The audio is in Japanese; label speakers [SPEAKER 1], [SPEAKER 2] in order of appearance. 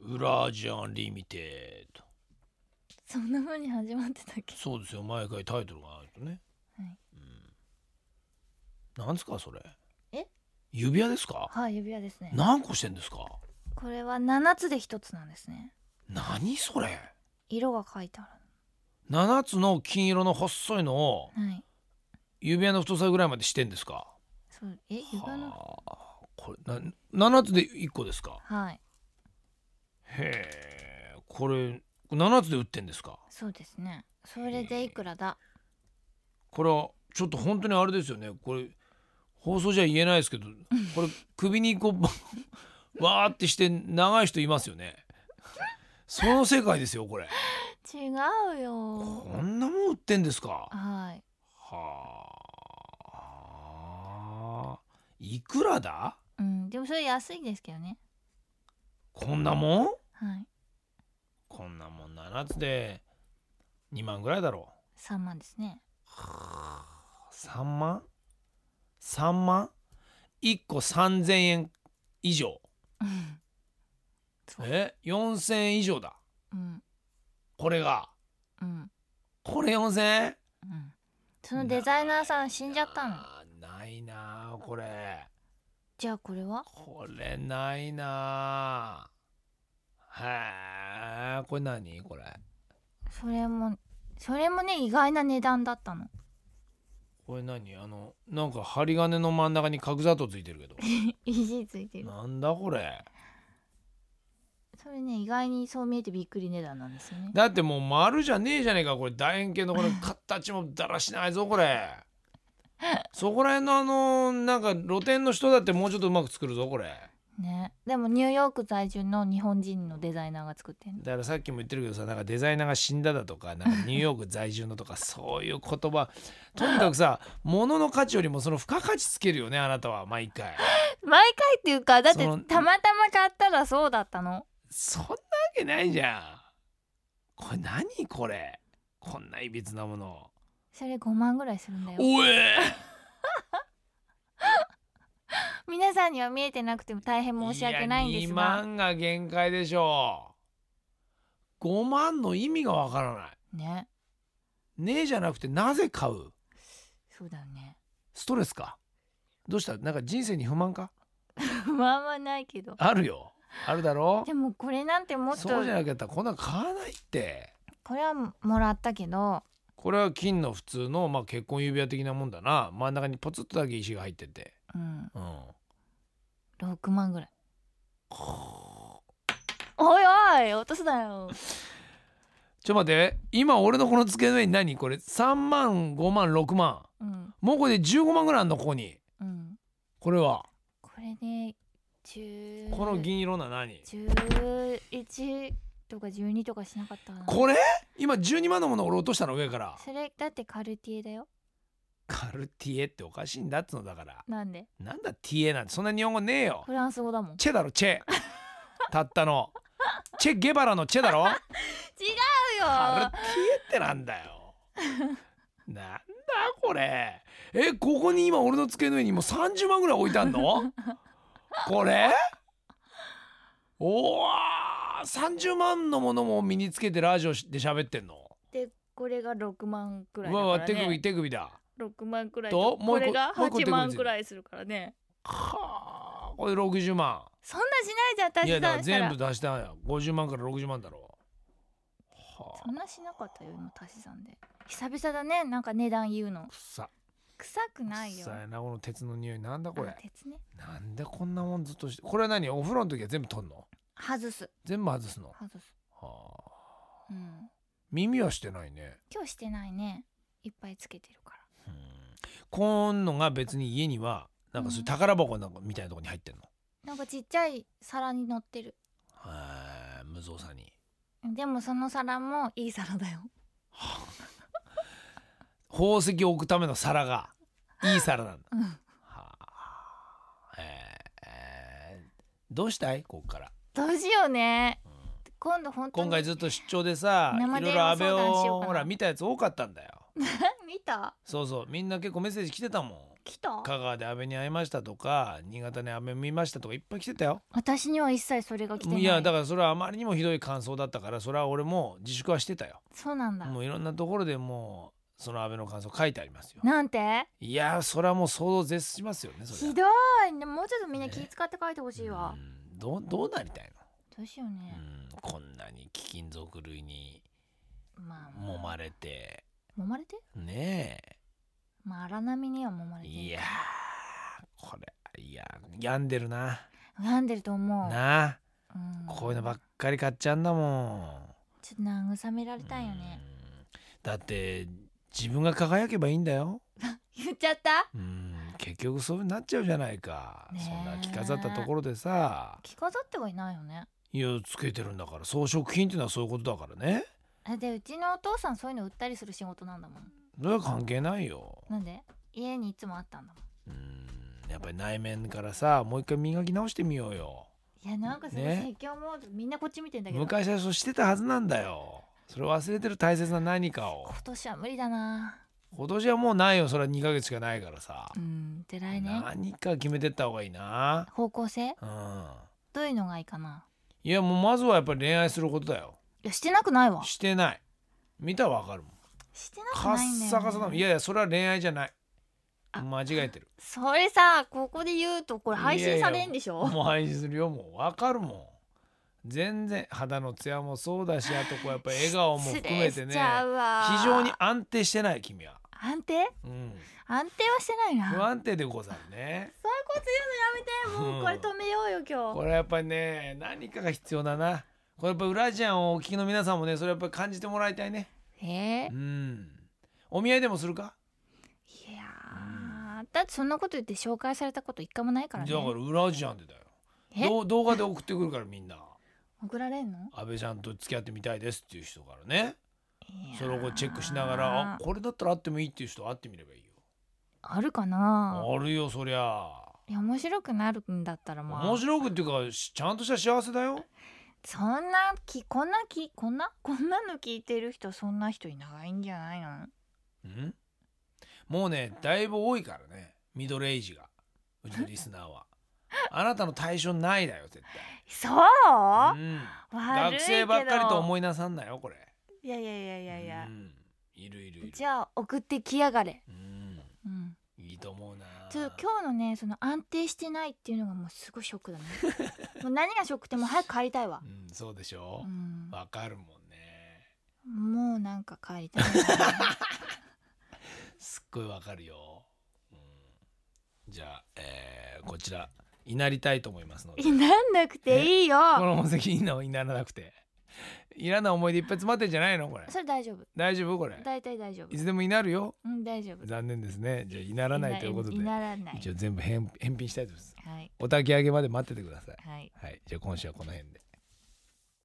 [SPEAKER 1] ウラージアンリミテッド
[SPEAKER 2] そんな風に始まってたっけ
[SPEAKER 1] そうですよ毎回タイトルがないとね、
[SPEAKER 2] はい
[SPEAKER 1] うん、なんですかそれ
[SPEAKER 2] え
[SPEAKER 1] 指輪ですか
[SPEAKER 2] はい指輪ですね
[SPEAKER 1] 何個してんですか
[SPEAKER 2] これは7つで一つなんですね
[SPEAKER 1] 何それ
[SPEAKER 2] 色が書いてあ
[SPEAKER 1] 7つの金色の細いのを
[SPEAKER 2] るはい
[SPEAKER 1] 指輪の太さぐらいまでしてんですか
[SPEAKER 2] そうえ指輪の
[SPEAKER 1] はあこれな7つで1個ですか
[SPEAKER 2] はい
[SPEAKER 1] へえこれ7つで売ってんですか
[SPEAKER 2] そうですねそれでいくらだ
[SPEAKER 1] これはちょっと本当にあれですよねこれ放送じゃ言えないですけどこれ首にこう わーってして長い人いますよねその世界ですよこれ
[SPEAKER 2] 違うよ
[SPEAKER 1] こんなもん売ってんですか
[SPEAKER 2] はい
[SPEAKER 1] はあいくらだ
[SPEAKER 2] うんでもそれ安いですけどね
[SPEAKER 1] こんなもん
[SPEAKER 2] はい
[SPEAKER 1] こんなもん7つで2万ぐらいだろ
[SPEAKER 2] 3万です ね
[SPEAKER 1] 3万 ?3 万 ?1 個3000円以上
[SPEAKER 2] うんそう
[SPEAKER 1] え4000円以上だ
[SPEAKER 2] うん
[SPEAKER 1] これが
[SPEAKER 2] うん
[SPEAKER 1] これ4000円
[SPEAKER 2] うんそのデザイナーさん死んじゃったの
[SPEAKER 1] あーないなあこれ
[SPEAKER 2] じゃあこれは
[SPEAKER 1] これないなあへえこれ何これ
[SPEAKER 2] それもそれもね意外な値段だったの
[SPEAKER 1] これ何あのなんか針金の真ん中に角砂糖ついてるけ ど
[SPEAKER 2] 石ついてる
[SPEAKER 1] なんだこれ
[SPEAKER 2] それね意外にそう見えてびっくり値段なんですよね
[SPEAKER 1] だってもう丸じゃねえじゃねえかこれ楕円形のこれ形もだらしないぞこ れそこら辺のあのなんか露店の人だってもうちょっとうまく作るぞこれ
[SPEAKER 2] ねでもニューヨーク在住の日本人のデザイナーが作ってるの
[SPEAKER 1] だからさっきも言ってるけどさなんかデザイナーが死んだだとかなんかニューヨーク在住のとか そういう言葉とにかくさ物の価値よりもその付加価値つけるよねあなたは毎回
[SPEAKER 2] 毎回っていうかだって
[SPEAKER 1] そ
[SPEAKER 2] た
[SPEAKER 1] の
[SPEAKER 2] またま買ったらそうだったの
[SPEAKER 1] そんなわけないじゃんこれ何これこんないびつなもの
[SPEAKER 2] それ5万ぐらいするんだよ
[SPEAKER 1] おえ
[SPEAKER 2] 皆さんには見えてなくても大変申し訳ないんです
[SPEAKER 1] いや2
[SPEAKER 2] が
[SPEAKER 1] 万が限界でしょう5万の意味がわからない
[SPEAKER 2] ね
[SPEAKER 1] ねえじゃなくてなぜ買う
[SPEAKER 2] そうだよね
[SPEAKER 1] ストレスかどうしたなんか人生に不満か
[SPEAKER 2] 不安はないけど
[SPEAKER 1] あるよあるだろ
[SPEAKER 2] でもこれなんてもっと
[SPEAKER 1] そうじゃなかったらこんなん買わないって
[SPEAKER 2] これはもらったけど
[SPEAKER 1] これは金の普通の、まあ、結婚指輪的なもんだな真ん中にポツッとだけ石が入ってて
[SPEAKER 2] うん
[SPEAKER 1] うん
[SPEAKER 2] 6万ぐらいおいおい落とすだよ
[SPEAKER 1] ちょっと待って今俺のこの机の上に何これ3万5万6万
[SPEAKER 2] うん
[SPEAKER 1] もうこれで15万ぐらいあんのここに
[SPEAKER 2] うん
[SPEAKER 1] これは
[SPEAKER 2] これね10
[SPEAKER 1] この銀色な何
[SPEAKER 2] 11とか12とかしなかったかな
[SPEAKER 1] これ今12万のもの俺落としたの上から
[SPEAKER 2] それだってカルティエだよ
[SPEAKER 1] カルティエっておかしいんだっつうのだから
[SPEAKER 2] なんで
[SPEAKER 1] なんだティエなんてそんな日本語ねえよ
[SPEAKER 2] フランス語だもん違う
[SPEAKER 1] チェだろチェたったのチェ・ゲバラのチェだろカ
[SPEAKER 2] よ
[SPEAKER 1] ルティエってなんだよ なんだこれえここに今俺の机の上にもう30万ぐらい置いてあんのこれおわー30万のものも身につけてラジオで喋ってんの
[SPEAKER 2] でこれが6万くらいうだ
[SPEAKER 1] わ
[SPEAKER 2] か
[SPEAKER 1] うわ
[SPEAKER 2] ら
[SPEAKER 1] 手首
[SPEAKER 2] ね
[SPEAKER 1] 手首だ
[SPEAKER 2] 6万くらい
[SPEAKER 1] ともう一個
[SPEAKER 2] これが
[SPEAKER 1] もう一個手
[SPEAKER 2] 8
[SPEAKER 1] 首
[SPEAKER 2] 万くらいするからね
[SPEAKER 1] はあこれ60万
[SPEAKER 2] そんなしないじゃん私
[SPEAKER 1] いやだから
[SPEAKER 2] 出した
[SPEAKER 1] 全
[SPEAKER 2] ら
[SPEAKER 1] 部出したんや50万から60万だろは
[SPEAKER 2] そんなしなかったよ今足し算で久々だねなんか値段言うの
[SPEAKER 1] あ臭
[SPEAKER 2] 臭くないよ
[SPEAKER 1] 臭いなこの鉄の匂いなんだこれ
[SPEAKER 2] あ鉄ね
[SPEAKER 1] なんでこんなもんずっとしてこれは何お風呂の時は全部取んの
[SPEAKER 2] 外す
[SPEAKER 1] 全部外すの、は
[SPEAKER 2] 外す
[SPEAKER 1] あ、
[SPEAKER 2] うん
[SPEAKER 1] 耳はしてないね
[SPEAKER 2] 今日してないねいっぱいつけてるから
[SPEAKER 1] うんこんのが別に家にはなんかそういう宝箱なんかみたいなとこに入ってんの、
[SPEAKER 2] なんかちっちゃい皿に乗ってる
[SPEAKER 1] はい無造作に
[SPEAKER 2] でもその皿もいい皿 だよ
[SPEAKER 1] 宝石を置くための皿 がいい皿なんだ
[SPEAKER 2] うん
[SPEAKER 1] はあえーえーどうしたいこっから、
[SPEAKER 2] どうしようね
[SPEAKER 1] うん
[SPEAKER 2] 今度本当に
[SPEAKER 1] 今回ずっと出張でさい
[SPEAKER 2] 生
[SPEAKER 1] ろ
[SPEAKER 2] 電
[SPEAKER 1] い
[SPEAKER 2] 話
[SPEAKER 1] ろ安倍
[SPEAKER 2] 相談しよう
[SPEAKER 1] を
[SPEAKER 2] かな
[SPEAKER 1] ほら見たやつ多かったんだよ
[SPEAKER 2] 見た
[SPEAKER 1] そうそうみんな結構メッセージ来てたもん
[SPEAKER 2] 来た
[SPEAKER 1] 香川で安倍に会いましたとか新潟で安倍見ましたとかいっぱい来てたよ
[SPEAKER 2] 私には一切それが来てない
[SPEAKER 1] いやだからそれはあまりにもひどい感想だったからそれは俺も自粛はしてたよ
[SPEAKER 2] そうなんだ
[SPEAKER 1] もういろんなところでもうその安倍の感想書いてありますよ
[SPEAKER 2] なんて
[SPEAKER 1] いやそれはもう想像を絶しますよねそれ
[SPEAKER 2] ひ
[SPEAKER 1] は
[SPEAKER 2] どいもうちょっとみんな気遣って書いてほしいわ、
[SPEAKER 1] うんどうどうなりたい
[SPEAKER 2] どうしよう
[SPEAKER 1] の、
[SPEAKER 2] ね、
[SPEAKER 1] うん、こんなに貴金属類に
[SPEAKER 2] まあ
[SPEAKER 1] 揉まれて
[SPEAKER 2] 揉まれて
[SPEAKER 1] ね
[SPEAKER 2] まあ荒波には揉ま
[SPEAKER 1] え
[SPEAKER 2] れて
[SPEAKER 1] いやーこれいや病んでるな
[SPEAKER 2] 病んでると思う、
[SPEAKER 1] なあ
[SPEAKER 2] うん
[SPEAKER 1] こういうのばっかり買っちゃうんだもん
[SPEAKER 2] ちょっと慰められたいよね
[SPEAKER 1] うんだって自分が輝けばいいんだよ
[SPEAKER 2] 言っちゃった
[SPEAKER 1] うん結局そういうふうになっちゃうじゃないか、
[SPEAKER 2] ねえ
[SPEAKER 1] そんな着飾ったところでさ
[SPEAKER 2] 着飾ってはいないよね
[SPEAKER 1] いやつけてるんだから装飾品っていうのはそういうことだからね
[SPEAKER 2] あでうちのお父さんそういうの売ったりする仕事なんだもん
[SPEAKER 1] それは関係ないよ
[SPEAKER 2] なんで家にいつもあったんだも
[SPEAKER 1] うんやっぱり内面からさもう一回磨き直してみようよ
[SPEAKER 2] んいやなんかその
[SPEAKER 1] ね
[SPEAKER 2] 説教モード、みんなこっち見てんだけど今
[SPEAKER 1] 昔はそうしてたはずなんだよそれを忘れてる大切な何かを
[SPEAKER 2] 年は無理だな
[SPEAKER 1] 今年はもうないよそれは2ヶ月しかないからさ
[SPEAKER 2] うんで来年
[SPEAKER 1] 何か決めてった方がいいな
[SPEAKER 2] 方向性
[SPEAKER 1] うん
[SPEAKER 2] どういうのがいいかない
[SPEAKER 1] やもうまずはやっぱり恋愛することだよ
[SPEAKER 2] いやしてなくないわ
[SPEAKER 1] してない見たらわかるもん
[SPEAKER 2] してなく
[SPEAKER 1] カ
[SPEAKER 2] ないんだよ、ね、
[SPEAKER 1] ッサカサだもんいやいやそれは恋愛じゃない
[SPEAKER 2] あ
[SPEAKER 1] 間違えてる
[SPEAKER 2] それさここで言うとこれ配
[SPEAKER 1] いや
[SPEAKER 2] 信
[SPEAKER 1] いや
[SPEAKER 2] されんでしょ
[SPEAKER 1] もう配信するよもうわかるもん全然肌のツヤもそうだしあとこうやっぱ笑顔も含めて
[SPEAKER 2] 失礼
[SPEAKER 1] ね
[SPEAKER 2] しちゃうわ
[SPEAKER 1] 非常に安定してない君は、
[SPEAKER 2] 安定
[SPEAKER 1] うん、
[SPEAKER 2] 安定はしてないなそうい
[SPEAKER 1] 不
[SPEAKER 2] う
[SPEAKER 1] 安定でござるね
[SPEAKER 2] こと言うのやめてもうこれ止めようよ今日、
[SPEAKER 1] これはやっぱりね何かが必要だなこれやっぱ裏ジャンをお聞きの皆さんもねそれやっぱり感じてもらいたいね
[SPEAKER 2] え
[SPEAKER 1] うんお見合いでもするか
[SPEAKER 2] ー、いやーだってそんなこと言って紹介されたこと一回もないからね
[SPEAKER 1] だから裏ジャンでだよ
[SPEAKER 2] え
[SPEAKER 1] どう動画で送ってくるからみんな
[SPEAKER 2] 送られんの
[SPEAKER 1] 安倍ちゃんと付き合ってみたいですっていう人からね
[SPEAKER 2] いやー
[SPEAKER 1] それをこうチェックしながらあこれだったら会ってもいいっていう人会ってみればいいよ
[SPEAKER 2] あるかな
[SPEAKER 1] あるよそりゃ
[SPEAKER 2] いや面白くなるんだったらまあ
[SPEAKER 1] 面白くっていうかしちゃんとした幸せだよ
[SPEAKER 2] そんなきこんなきこんな こんなの聞いてる人そんな人いないんじゃないの
[SPEAKER 1] うんもうねだいぶ多いからねミドルエイジがうちのリスナー はあなたの対象ないだよ絶
[SPEAKER 2] そう
[SPEAKER 1] 対、うん、
[SPEAKER 2] 悪
[SPEAKER 1] 学
[SPEAKER 2] いけど
[SPEAKER 1] 生ばっかりと思いなさんなよこれ
[SPEAKER 2] いやいやいやいやいや
[SPEAKER 1] う、ん、いるいるいる
[SPEAKER 2] じゃあ送ってきやがれ、
[SPEAKER 1] うん、
[SPEAKER 2] うん、
[SPEAKER 1] いいと思うな
[SPEAKER 2] ちょっと今日のねその安定してないっていうのがもうすごいショッ クだねもう何がショックってもう早く帰りたいわ、
[SPEAKER 1] うん、そうでしょ
[SPEAKER 2] うん、
[SPEAKER 1] わかるもんね
[SPEAKER 2] もうなんか帰りたいな
[SPEAKER 1] すっごいわかるよ、うん、じゃあ、えーこちらいなりたいと思いますので
[SPEAKER 2] いなんなくていいよ
[SPEAKER 1] この本責任のいならなくていらない思い出いっぱい詰まってんじゃないのこれ
[SPEAKER 2] それ大丈夫
[SPEAKER 1] 大丈夫これ
[SPEAKER 2] 大体大丈夫
[SPEAKER 1] いつでもいなるよ
[SPEAKER 2] うん大丈夫
[SPEAKER 1] 残念ですねじゃあいならないということで
[SPEAKER 2] いならない
[SPEAKER 1] 一応全部返返品したいと思います
[SPEAKER 2] はい
[SPEAKER 1] お焚き上げまで待っててください
[SPEAKER 2] はい
[SPEAKER 1] はいじゃあ今週はこの辺で